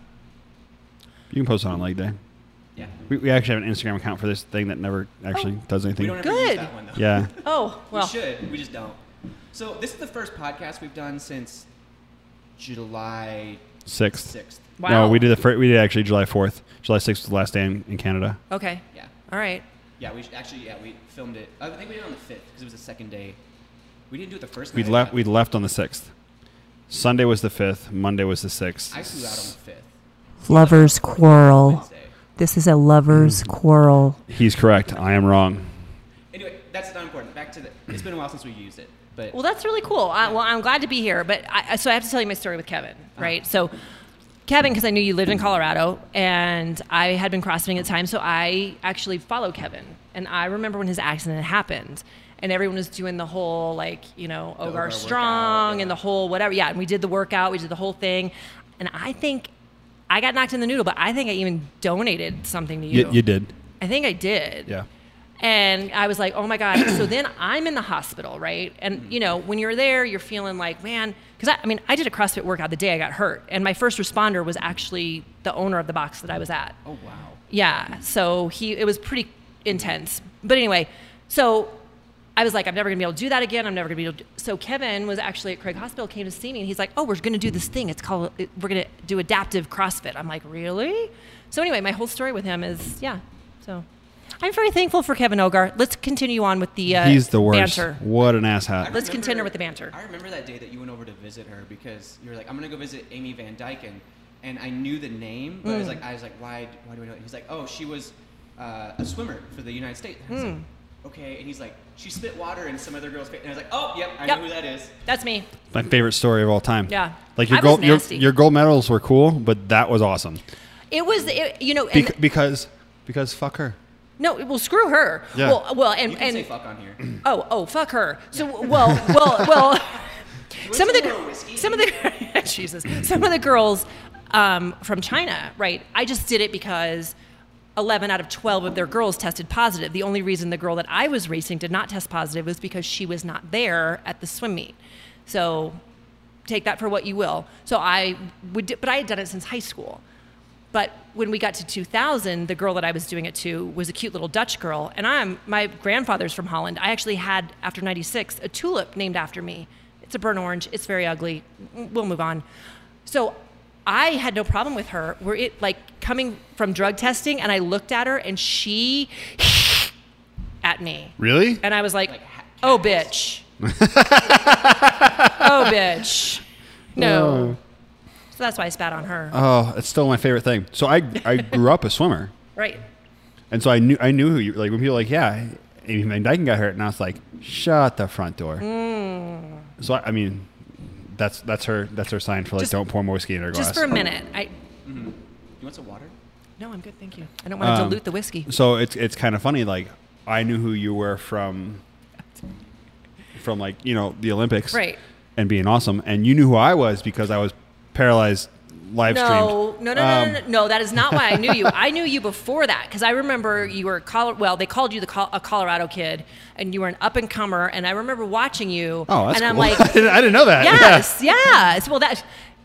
B: You can post it on leg day.
C: Yeah.
B: We, we actually have an Instagram account for this thing that never actually
A: Oh.
B: does anything.
C: We don't ever use
A: Good.
C: that one though.
B: yeah.
A: Oh well,
C: we should. We just don't. So this is the first podcast we've done since July
B: Sixth.
C: sixth.
A: Wow.
B: No, we did the first, we did actually July fourth. July sixth was the last day in, in Canada.
A: okay,
C: Yeah.
A: all right.
C: Yeah. We should, actually yeah we filmed it. I think we did it on the fifth because it was the second day. We didn't do it the first.
B: We
C: night, I
B: left
C: thought.
B: we left on the sixth. Sunday was the fifth. Monday was the sixth.
C: I flew out on the fifth.
D: Lovers quarrel.
B: Oh.
C: Wednesday.
B: Mm.
D: This is a lovers quarrel.
B: He's correct. I am wrong.
C: that's not important. Back to the. It's been a while since we used it, but
A: Well, that's really cool. I, well, I'm glad to be here. But I, so I have to tell you my story with Kevin, right? So, Kevin, because I knew you lived in Colorado and I had been crossfitting at the time, so I actually follow Kevin. And I remember when his accident happened, and everyone was doing the whole like you know Ogar
C: Ogar
A: Strong
C: workout,
A: and
C: yeah.
A: the whole whatever. Yeah, and we did the workout, we did the whole thing, and I think. I got knocked in the noodle, but I think I even donated something to you.
B: You, you did.
A: I think I did.
B: Yeah.
A: And I was like, oh my God. so then I'm in the hospital, right? And, you know, when you're there, you're feeling like, man, because I, I mean, I did a CrossFit workout the day I got hurt. And my first responder was actually the owner of the box that I was at.
C: oh wow.
A: Yeah. So he, it was pretty intense. But anyway, so I was like, I'm never going to be able to do that again. I'm never going to be able to. do-" So Kevin was actually at Craig Hospital, came to see me, and he's like, Oh, we're going to do this thing. It's called, it- we're going to do adaptive CrossFit. I'm like, Really? So anyway, my whole story with him is, yeah. So I'm very thankful for Kevin Ogar. Let's continue on with the uh,
B: He's the worst.
A: banter.
B: What an
C: I
B: asshat.
A: Let's continue
C: remember-
A: with the banter.
C: I remember that day that you went over to visit her because you were like, I'm gonna go visit Amy Van Dyken, and I knew the name, but I
A: Mm.
C: was like, I was like, why? Why do I know? it?" He's like, oh, she was uh, a swimmer for the United States. And I was like,
A: Mm.
C: okay, and he's like, she spit water in some other girl's face, and I was like, oh, yep, I
A: Yep.
C: know who that is.
A: That's me.
B: My favorite story of all time.
A: Yeah.
B: Like your
A: I was
B: gold, your,
A: nasty.
B: your gold medals were cool, but that was awesome.
A: It was, it, you know, and,
B: Bec- because because fuck her.
A: no, well, screw her.
B: Yeah.
A: Well, well, and,
C: You can
A: and
C: say fuck on here.
A: Oh, oh, fuck her. So, well, well, well. some of
C: some
A: the
C: more whiskey?
A: some of the Jesus, some of the girls um, from China, right? I just did it because. 11 out of 12 of their girls tested positive. The only reason the girl that I was racing did not test positive was because she was not there at the swim meet. So take that for what you will. So I would, do- but I had done it since high school. But when we got to 2000, the girl that I was doing it to was a cute little Dutch girl, and I'm my grandfather's from Holland. I actually had after '96 a tulip named after me. It's a burnt orange. It's very ugly. We'll move on. So I had no problem with her. Were it like coming from drug testing, and I looked at her, and she at me.
B: Really?
A: And I was like,
C: ha-
A: oh, bitch. oh, bitch. No. So that's why I spat on her.
B: Oh, it's still my favorite thing. So I I grew up a swimmer,
A: right.
B: and so I knew I knew who you like when people were like yeah, Amy Van Dyken got hurt, and I was like shut the front door.
A: Mm.
B: So I, I mean, that's that's her that's her sign for like
A: Just-
B: don't pour more whiskey in her glass. Oh.
A: Just for a minute. I
C: You want some water?
A: No, I'm good. Thank you. I don't want to
B: Um,
A: dilute the whiskey.
B: So it's it's kind of funny. Like I knew who you were from, from like you know the Olympics,
A: Right.
B: And being awesome, and you knew who I was because I was paralyzed live
A: No,
B: streamed. Um,
A: no, no, no, no, no, no. That is not why I knew you. I knew you before that because I remember you were Col- well. They called you the Col- a Colorado kid, and you were an up and comer. And I remember watching you.
B: Oh, that's
A: and I'm
B: cool.
A: like,
B: I didn't- I didn't know that. Yeah.
A: Yes, yes. Well, that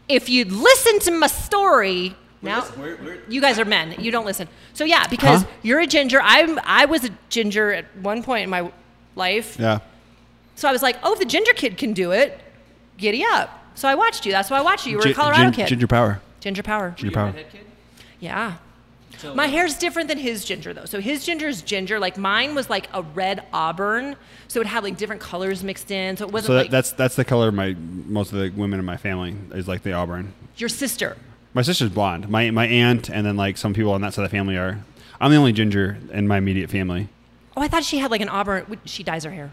A: if you listen to my story now,
C: listen- we're- we're-
A: you guys are men. You don't listen. So yeah, because
B: Huh?
A: you're a ginger. I'm. I was a ginger at one point in my life.
B: Yeah.
A: So I was like, oh, if the ginger kid can do it, giddy up. So I watched you. That's why I watched you. You were a
B: Gin-
A: Colorado
B: gin-
A: kid.
B: Ginger power.
A: Ginger power.
B: Ginger
C: You a
B: power.
C: redhead kid?
A: Yeah.
C: So-
A: My hair's different than his ginger though. So his ginger is ginger. Like mine was like a red auburn. So it had like different colors mixed in. So it wasn't
B: So that,
A: like
B: that's that's the color of my most of the women in my family is like the auburn.
A: your sister.
B: My sister's blonde. My my aunt and then like some people on that side of the family are. I'm the only ginger in my immediate family.
A: Oh, I thought she had like an auburn. She dyes her hair.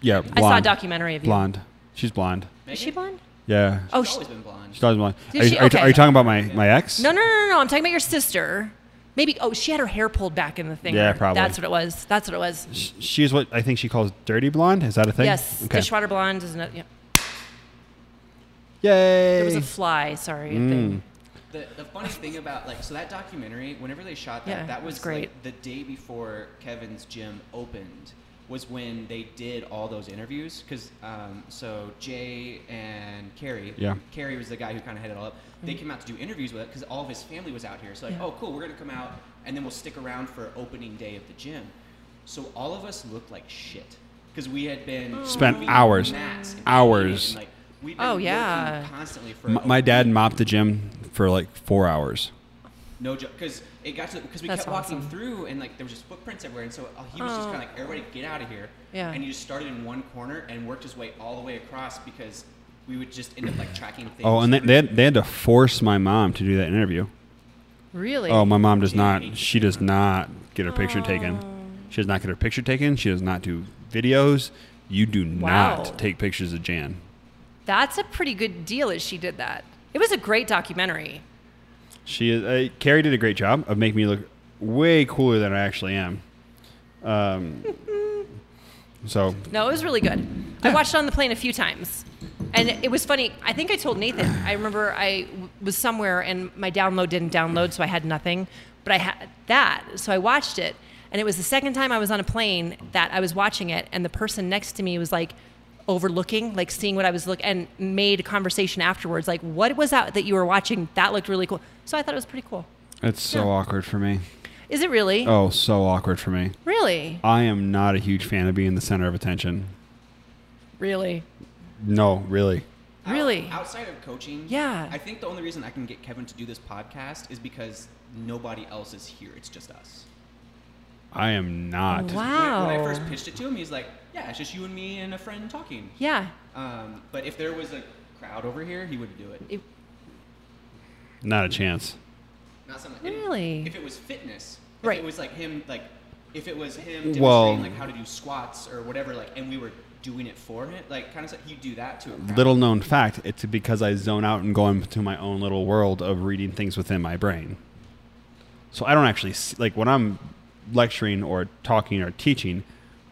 B: Yeah,
A: I
B: blonde.
A: saw a documentary of you.
B: Blonde. She's blonde.
A: Is she
C: Megan?
A: blonde?
B: Yeah.
A: Oh,
C: She's
A: she,
C: always been blonde.
B: She's always blonde.
A: Did
B: Are, you-
A: she?
B: are you ta-
A: Okay.
B: are you talking about my, my ex?
A: no, no, no, no, no. I'm talking about your sister. Maybe. Oh, she had her hair pulled back in the thing.
B: Yeah, probably.
A: That's what it was. That's what it was.
B: Sh- She's what I think she calls dirty blonde. Is that a thing?
A: Yes,
B: Okay.
A: dishwater blonde is not. Yeah.
B: Yay.
A: There was a fly. Sorry. I think.
C: The, the funny thing about like so that documentary, whenever they shot that,
A: Yeah,
C: that
A: it was
C: was
A: great.
C: Like, the day before Kevin's gym opened was when they did all those interviews because um, so Jay and Carrie,
B: Yeah.
C: Carrie was the guy who kind of headed it all up. They came out to do interviews with it because all of his family was out here. So like,
A: Mm-hmm. Yeah.
C: oh cool, we're gonna come out and then we'll stick around for opening day of the gym. So all of us looked like shit because we had been
B: Spent
C: moving
B: hours.
C: mats and
B: Hours.
C: and, like, we'd been
A: Oh,
C: working
A: yeah.
C: constantly for
B: M-
C: a
B: my dad mopped the gym for like four hours.
C: no joke, because it got to because we
A: That's
C: kept walking
A: awesome. Oh.
C: through and like there was just footprints everywhere, and so uh, he was just kind of like, "Everybody, get out of here!"
A: Yeah.
C: And he just started in one corner and worked his way all the way across because we would just end up like tracking things.
B: Oh, and they, they, had, they had to force my mom to do that interview.
A: Really?
B: Um, Oh, my mom does not. She does not get her picture taken. She does not get her picture taken. She does not do videos. You do
A: Wow.
B: not take pictures of Jan.
A: That's a pretty good deal as she did that. It was a great documentary.
B: She is. Uh, Carrie did a great job of making me look way cooler than I actually am. Um, so
A: No, it was really good. I watched it on the plane a few times. And it was funny. I think I told Nathan. I remember I w- was somewhere and my download didn't download, so I had nothing. But I had that, so I watched it. And it was the second time I was on a plane that I was watching it, and the person next to me was like overlooking, like seeing what I was looking, and made a conversation afterwards, like, "What was that that you were watching? That looked really cool." So I thought it was pretty cool.
B: it's so
A: Yeah.
B: awkward for me.
A: Is it really?
B: Oh, so awkward for me.
A: Really?
B: I am not a huge fan of being the center of attention.
A: Really?
B: No, really.
C: Out-
A: Really?
C: outside of coaching,
A: Yeah.
C: I think the only reason I can get Kevin to do this podcast is because nobody else is here. It's just us.
B: I am not.
C: When-
A: Wow.
C: When, I first
A: Wow.
C: pitched it to him, he's like, "Yeah, it's just you and me and a friend talking."
A: Yeah.
C: Um, but if there was a crowd over here, he would do it.
A: It-
B: Not a chance.
C: Not something.
A: Really?
C: If it was fitness, if
A: Right.
C: It was like him, like if it was him demonstrating
B: Well-
C: like how to do squats or whatever, like, and we were doing it for him, like kind of stuff. You do that to a crowd.
B: Little known fact, it's because I zone out and go into my own little world of reading things within my brain. So I don't actually see, like when I'm lecturing or talking or teaching,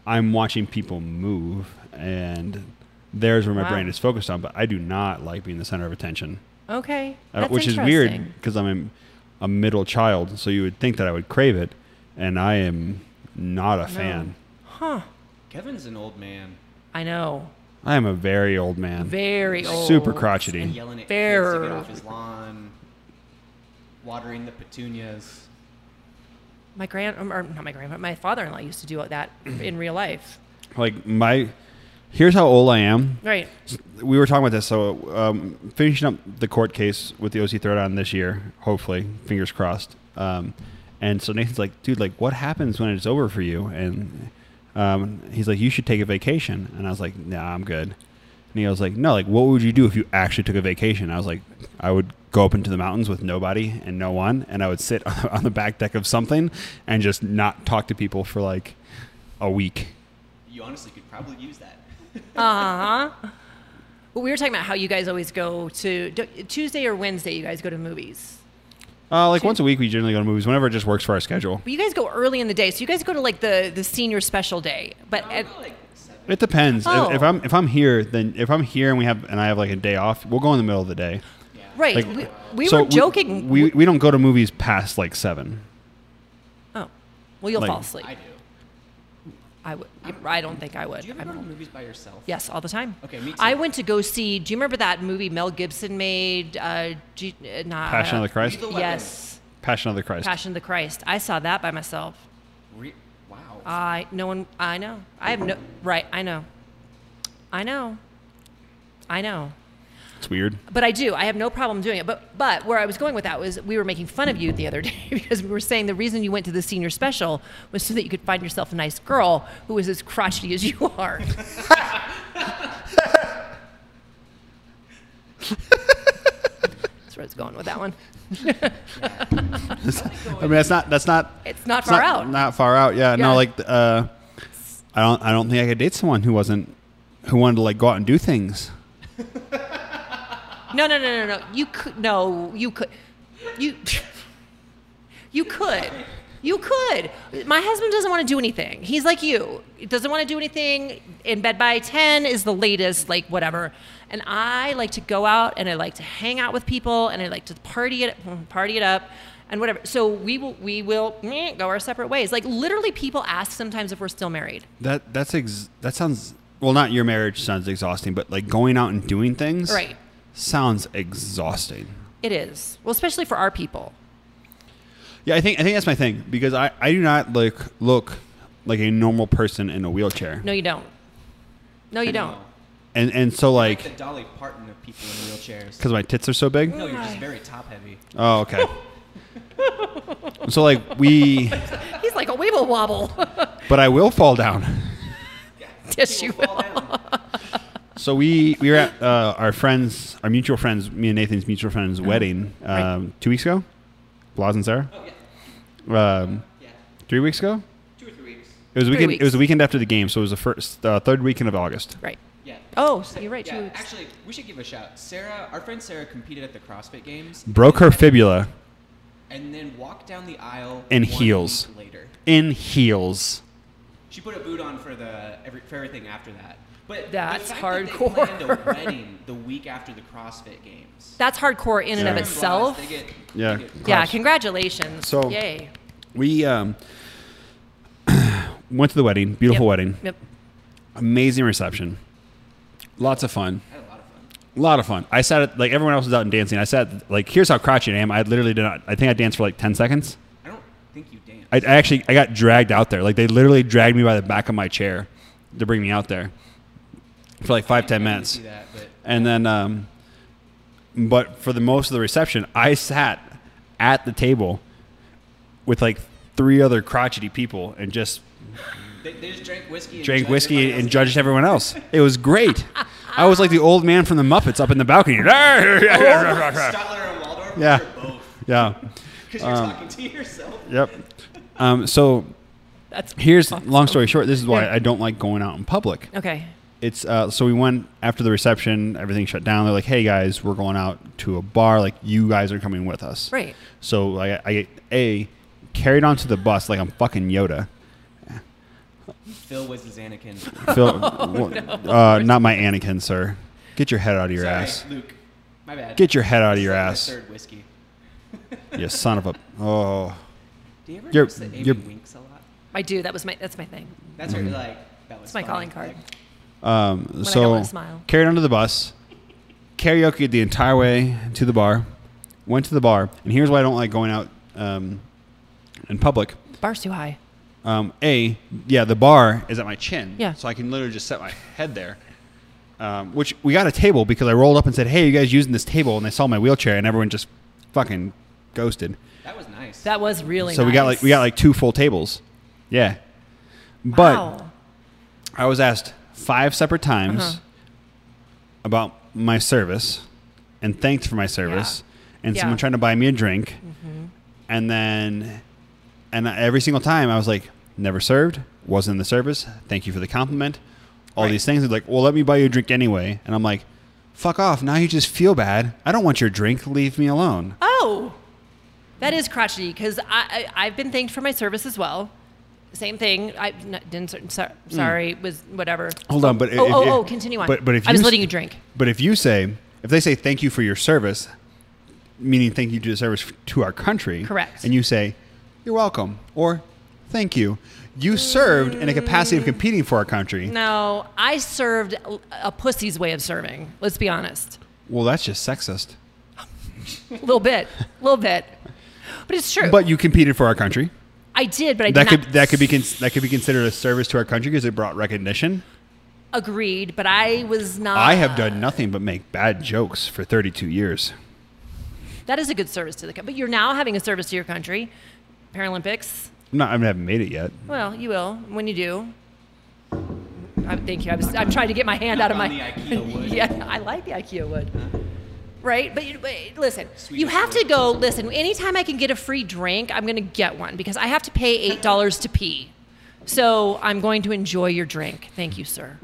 B: I'm watching people move and there's where my
A: Wow.
B: brain is focused on, but I do not like being the center of attention.
A: Okay.
B: I don't-
A: That's
B: Uh, which is
A: interesting.
B: weird because I'm a, a middle child, so you would think that I would crave it and I am not a fan.
A: Huh.
C: Kevin's an old man.
A: I know.
B: I am a very old man.
A: Very old.
B: super crotchety.
C: yelling at kids to
A: Fair.
C: get off his lawn, watering the petunias.
A: My grand, um, or not my grandpa, my father-in-law used to do that in real life.
B: like my here's how old i am
A: Right.
B: we were talking about this so um, finishing up the court case with the oc throwdown this year hopefully fingers crossed um, and so nathan's like dude like what happens when it's over for you and um, he's like you should take a vacation and i was like nah i'm good and he was like no like what would you do if you actually took a vacation i was like i would go up into the mountains with nobody and no one and i would sit on the back deck of something and just not talk to people for like a week
C: You honestly could probably use that.
A: Uh huh. But we were talking about how you guys always go to do- Tuesday or Wednesday. You guys go to movies.
B: Uh, like
A: Two-
B: once a week, we generally go to movies whenever it just works for our schedule.
A: But you guys go early in the day, so you guys go to like the the senior special day. But
C: I
A: at,
C: don't know, like seven.
B: It depends. If-
A: Oh.
B: If, I'm if I'm here, then if I'm here and we have and I have like a day off, we'll go in the middle of the day.
C: Yeah.
A: right,
B: Like,
A: we, we
B: So
A: were joking.
B: We, we don't go to movies past like seven.
A: oh, well, you'll
B: like-
A: fall asleep.
C: I
A: I,
C: do.
A: would. I don't think I would.
C: Do you ever
A: I'm
C: go to
A: old.
C: movies by yourself?
A: Yes, all the time.
C: Okay, me too.
A: I went to go see. Do you remember that movie Mel Gibson made? Uh, G, uh, not,
B: Passion of the Christ.
C: Lethal Weapon.
A: Yes,
B: Passion of the Christ.
A: Passion of the Christ. I saw that by myself.
C: Re- wow.
A: I no one. I know. I have no right. I know. I know. I know.
B: It's weird.
A: But I do. I have no problem doing it. But but where I was going with that was we were making fun of you the other day because we were saying the reason you went to the senior special was so that you could find yourself a nice girl who was as crotchety as you are. That's where I was going with that one.
B: I mean, that's not that's not.
A: It's not far out.
B: Not far out. Yeah.
A: Yeah.
B: No. Like, uh, I don't I don't think I could date someone who wasn't who wanted to like go out and do things.
A: No, no, no, no, no. You could. No, you could. You. You could. You could. My husband doesn't want to do anything. He's like you. He doesn't want to do anything. In bed by 10 is the latest, like whatever. And I like to go out and I like to hang out with people and I like to party it party it up and whatever. So we will we will meh, go our separate ways. Like literally people ask sometimes if we're still married.
B: That that's ex- that sounds well. Not your marriage sounds exhausting, but like going out and doing things.
A: Right.
B: Sounds exhausting.
A: It is. Well, especially for our people.
B: Yeah, I think I think that's my thing because I, I do not like look like a normal person in a wheelchair.
A: No, you don't. No, you don't.
B: And and so
C: Oh. The
B: like
C: Dolly Parton of people in wheelchairs.
B: cuz my tits are so big.
C: No, you're
A: Why?
C: just very top heavy.
B: Oh, okay. so like we
A: He's like a weeble wobble.
B: but I will fall down.
A: yes, you
C: People fall down.
B: So we we were at uh, our friends, our mutual friends, me and Nathan's mutual friends' wedding um,
A: Uh-huh. right.
B: 2 weeks ago. Blas and Sarah.
C: Oh, yeah.
B: Um,
C: Yeah.
B: 3 weeks ago.
C: Two or three weeks.
B: It was a
A: Three
B: weekend. It was
A: weeks.
B: the weekend after the game, so it was the first, uh, third weekend of August.
A: Right.
C: Yeah.
A: Oh, so you're right,
C: Yeah,
A: two weeks.
C: Actually, we should give a shout. Sarah, our friend Sarah competed at the CrossFit Games.
B: Broke her fibula
C: And then walked down the aisle
B: In
C: one
B: heels.
C: week Later,
B: in heels.
C: she put a boot on for the every, for everything after that. But the
A: That's
C: fact that they
A: hardcore.
C: planned a wedding the week after the CrossFit Games.
A: That's hardcore in and of
B: Yeah.
C: Sarah and
A: itself.
C: Ross, they get- they
B: Yeah.
C: get-
A: Yeah,
B: Class.
A: congratulations.
B: So-
A: yay.
B: We um, went to the wedding. Beautiful
A: Yep.
B: wedding.
A: Yep.
B: Amazing reception. Lots of fun.
C: I had a lot of fun.
B: A lot of fun. I sat at, like everyone else was out and dancing. I sat like here's how crotchety I am. I literally did not. I think I danced for like ten seconds.
C: I don't think you danced.
B: I, I actually I got dragged out there. Like they literally dragged me by the back of my chair to bring me out there for like five
C: I
B: ten
C: didn't
B: minutes.
C: see that, but
B: And then, um, but for the most of the reception, I sat at the table with like three other crotchety people and just
C: they, they just drank whiskey. And
B: drank
C: judged
B: whiskey
C: everybody
B: and
C: else.
B: judged everyone else. It was great. I was like the old man from the Muppets up in the balcony. yeah.
C: Statler and Waldorf.
B: Yeah. Um,
C: Sure, both. Because you're talking to yourself.
B: Yep. Um, so
A: That's
B: here's long story short. This is why
A: Yeah.
B: I don't like going out in public.
A: Okay.
B: it's uh, so we went after the reception everything shut down they're like hey guys we're going out to a bar like you guys are coming with us
A: Right.
B: so i, I get a carried onto the bus like i'm fucking yoda
C: Phil was his Anakin.
B: Phil,
C: Oh,
B: uh, not my anakin sir get your head out of your
C: Sorry,
B: ass
C: Luke. My bad.
B: get your head out of
C: This is
B: your
C: like my
B: ass
C: Third whiskey.
B: you son of a oh
C: Do you ever
B: You're-
C: notice that Amy
B: you're-
C: winks a lot?
A: I do. That was my that's my thing.
C: That's
B: Mm-hmm.
C: her like. That was
A: It's my
C: funny.
A: calling card.
C: Like,
B: um,
A: I don't
B: so
A: wanna smile.
B: carried onto the bus karaoke the entire way to the bar went to the bar and here's why i don't like going out um, in public
A: Bar's too high.
B: um, a yeah the bar is at my chin
A: Yeah.
B: so i can literally just set my head there um, which we got a table because i rolled up and said hey you guys using this table and they saw my wheelchair and everyone just fucking ghosted
C: that was nice.
A: That was really
B: so we got like we got like two full tables yeah but
A: Wow.
B: i was asked five separate times
A: Uh-huh.
B: about my service and thanked for my service and
A: Yeah. Mm-hmm.
B: someone trying to buy me a drink and then and every single time i was like never served wasn't in the service thank you for the compliment all
A: Right.
B: these things They're like well let me buy you a drink anyway and i'm like fuck off now you just feel bad i don't want your drink leave me alone
A: Oh, that is crotchety because I, I I've been thanked for my service as well. Same thing. I n- didn't. ser- sor- Sorry, was whatever.
B: Hmm. hold on but
A: oh, oh, oh, continue on.
B: but, but if
A: I was
B: you-
A: letting you drink.
B: But if you say, if they say thank you for your service, meaning thank you to the service f- to our country,
A: Correct.
B: And you say, you're welcome, or thank you. You served in a capacity of competing for our country.
A: Mm. No, I served a- a pussy's way of serving. Let's be honest.
B: Well, that's just sexist.
A: A little bit, a little bit, but it's true.
B: But you competed for our country.
A: I did, but I
B: That
A: did
B: could
A: not
B: that could be cons- that could be considered a service to our country because it brought recognition.
A: agreed. But I was not.
B: I have
A: Ah.
B: done nothing but make bad jokes for 32 years.
A: That is a good service to the country. But you're now having a service to your country. Paralympics.
B: I'm not, I haven't made it yet.
A: Well, you will when you do. I, thank you. I was, I'm trying to get my hand out of
C: Knock
A: my.
C: on the IKEA wood.
A: yeah, I like the IKEA wood. Right, but, you, but listen, you
C: Swedish
A: have to
C: wood.
A: go. Listen, anytime I can get a free drink, I'm going to get one because I have to pay eight dollars to pee. So I'm going to enjoy your drink. Thank you, sir.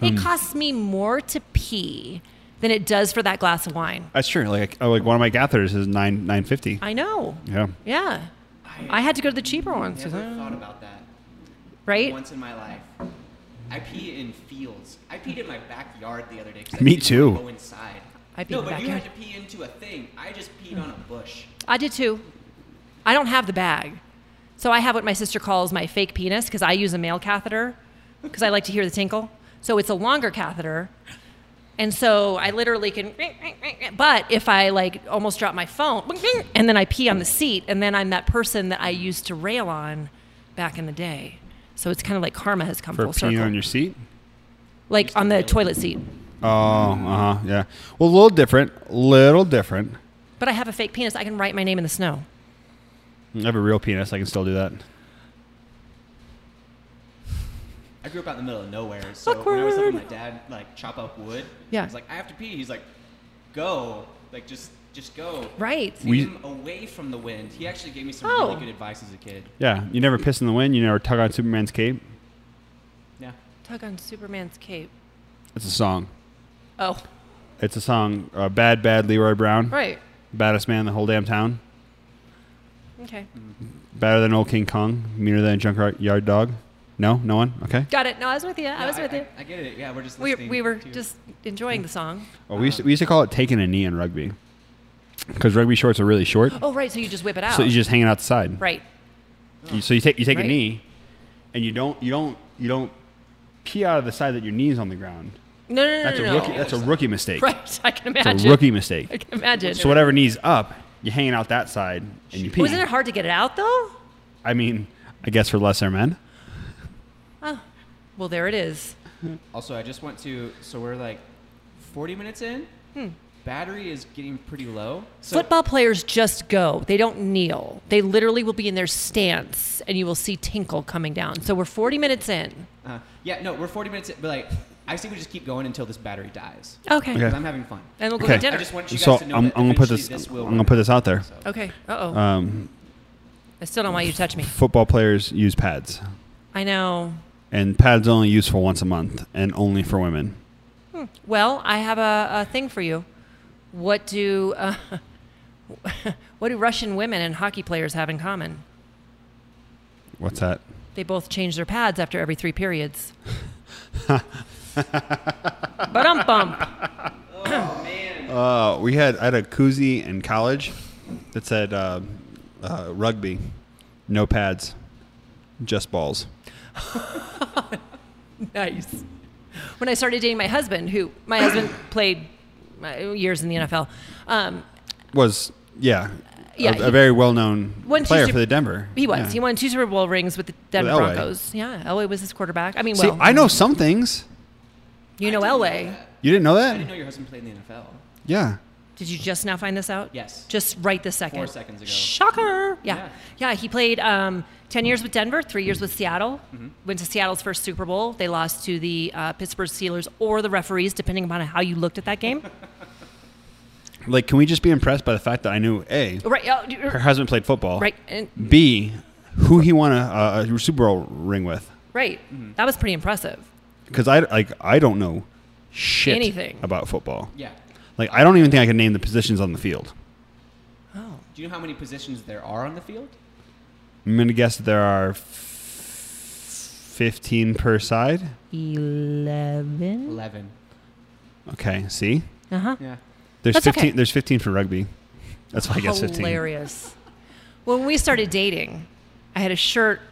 A: it costs me more to pee than it does for that glass of wine.
B: That's true. Like oh, like one of my gathers is nine nine fifty.
A: I know.
B: Yeah.
A: Yeah. I had to go to the cheaper ones.
C: never thought about that
A: Right?
C: once in my life. I pee in fields. I peed in my backyard the other day. 'cause I
B: Me
C: didn't wanna
B: too.
C: Go inside.
A: I peed
C: no,
A: in the
C: but you had to
A: backyard.
C: pee into a thing. I just peed on a bush.
A: I did too. I don't have the bag. So I have what my sister calls my fake penis because I use a male catheter because I like to hear the tinkle. So it's a longer catheter. And so I literally can, but if I like almost drop my phone and then I pee on the seat, and then I'm that person that I used to rail on back in the day. So it's kind of like karma has come
B: For
A: full
B: peeing
A: circle.
B: on your seat.
A: like on the toilet seat.
B: Oh,
A: Mm.
B: uh huh. Yeah. Well, a little different. Little different.
A: But I have a fake penis. I can write my name in the snow.
B: I have a real penis. I can still do that.
C: I grew up out in the middle of nowhere, so when I was helping my
A: Awkward.
C: dad like chop up wood,
A: Yeah.
C: I was like, I have to pee. He's like, go, like just just go.
A: Right.
C: Get
B: We-
C: him away from the wind. He actually gave me some
A: Oh.
C: really good advice as a kid.
B: Yeah, you never piss in the wind. You never tug on Superman's cape.
C: Yeah.
A: Tug on Superman's cape.
B: It's a song.
A: Oh,
B: It's a song. Uh, bad, bad Leroy Brown.
A: right.
B: Baddest man in the whole damn town.
A: Okay.
B: Better than old King Kong. Meaner than Junkyard Dog. No, no one. Okay.
A: Got it. No, I was with you. I
C: No,
A: was with
C: I,
A: you.
C: I, get it. Yeah, we're just
A: we,
C: listening.
A: we were
C: to-
A: just enjoying the song.
B: Oh, we used to, we used to call it taking a knee in rugby, because rugby shorts are really short,
A: Oh, right. So you just whip it out.
B: so you're just hanging out the side.
A: right.
B: You- So you take you take
A: Right.
B: a knee, and you don't you don't you don't pee out of the side that your knee's on the ground.
A: No, no, no,
B: That's
A: no.
B: a
A: no.
B: rookie. That's a rookie mistake.
A: Right. I can imagine.
B: It's a rookie
A: I
B: mistake.
A: can imagine.
B: So whatever knee's up, you're hanging out that side, and you pee.
A: Wasn't it hard to get it out though?
B: I mean, I guess for lesser men.
A: Oh, well, there it is.
C: Also, I just want to. So we're like 40 minutes in. Battery is getting pretty low. So
A: Hmm. Football players just go. They don't kneel. They literally will be in their stance, and you will see tinkle coming down. So we're 40 minutes in.
C: Uh, yeah, no, we're 40 minutes in, but like, I think we just keep going until this battery dies.
A: Okay.
B: Okay.
C: Because I'm having fun.
A: And we'll go
B: Okay.
A: to dinner.
C: I just want you guys
B: So
C: to know
B: I'm, I'm
C: that
B: gonna put
C: eventually
B: this,
C: will
B: I'm gonna put this out there.
C: So-
A: okay. Uh oh.
B: Um,
A: I still don't want you to touch me.
B: football players use pads,
A: I know.
B: and pads are only useful once a month, and only for women.
A: Well, I have a, a thing for you. What do uh, what do Russian women and hockey players have in common?
B: What's that?
A: They both change their pads after every three periods. but um bump.
B: Uh, we had I had a koozie in college that said uh, uh, rugby, no pads, just balls.
A: Nice. When I started dating my husband, who my husband played uh, years in the NFL, um,
B: Was yeah,
A: Yeah,
B: a, a
A: he-
B: very well known
A: One, two,
B: player
A: three-
B: for the Denver.
A: he was
B: Yeah.
A: he won two Super Bowl rings with the Denver
B: Elway.
A: Broncos. Yeah, Elway was his quarterback. I mean,
B: See,
A: well,
B: I know some things.
A: you know Elway.
B: You didn't know
C: I didn't
B: that?
C: know your husband played in the NFL.
B: Yeah.
A: Did you just now find this out?
C: Yes.
A: Just right this second.
C: Four seconds ago.
A: Shocker. Yeah.
C: Yeah.
A: Yeah. He played um, 10 years with Denver, three years with Seattle.
C: Mm-hmm.
A: Went to Seattle's first Super Bowl. They lost to the uh, Pittsburgh Steelers or the referees, depending upon how you looked at that game.
B: Like, can we just be impressed by the fact that I knew a
A: right. uh,
B: her husband played football,
A: right. And,
B: B who he won a, a Super Bowl ring with?
A: right.
C: Mm-hmm.
A: That was pretty impressive.
B: Because I like I don't know shit
A: Anything.
B: about football.
C: Yeah.
B: Like, I don't even think I can name the positions on the field.
A: Oh.
C: Do you know how many positions there are on the field?
B: I'm going to guess that there are f- 15 per side.
A: 11.
C: 11.
B: Okay, see?
A: Uh huh.
C: Yeah.
B: There's
A: That's
B: 15
A: okay.
B: there's 15 for rugby. That's why I guess 15.
A: Hilarious. When we started dating, I had a shirt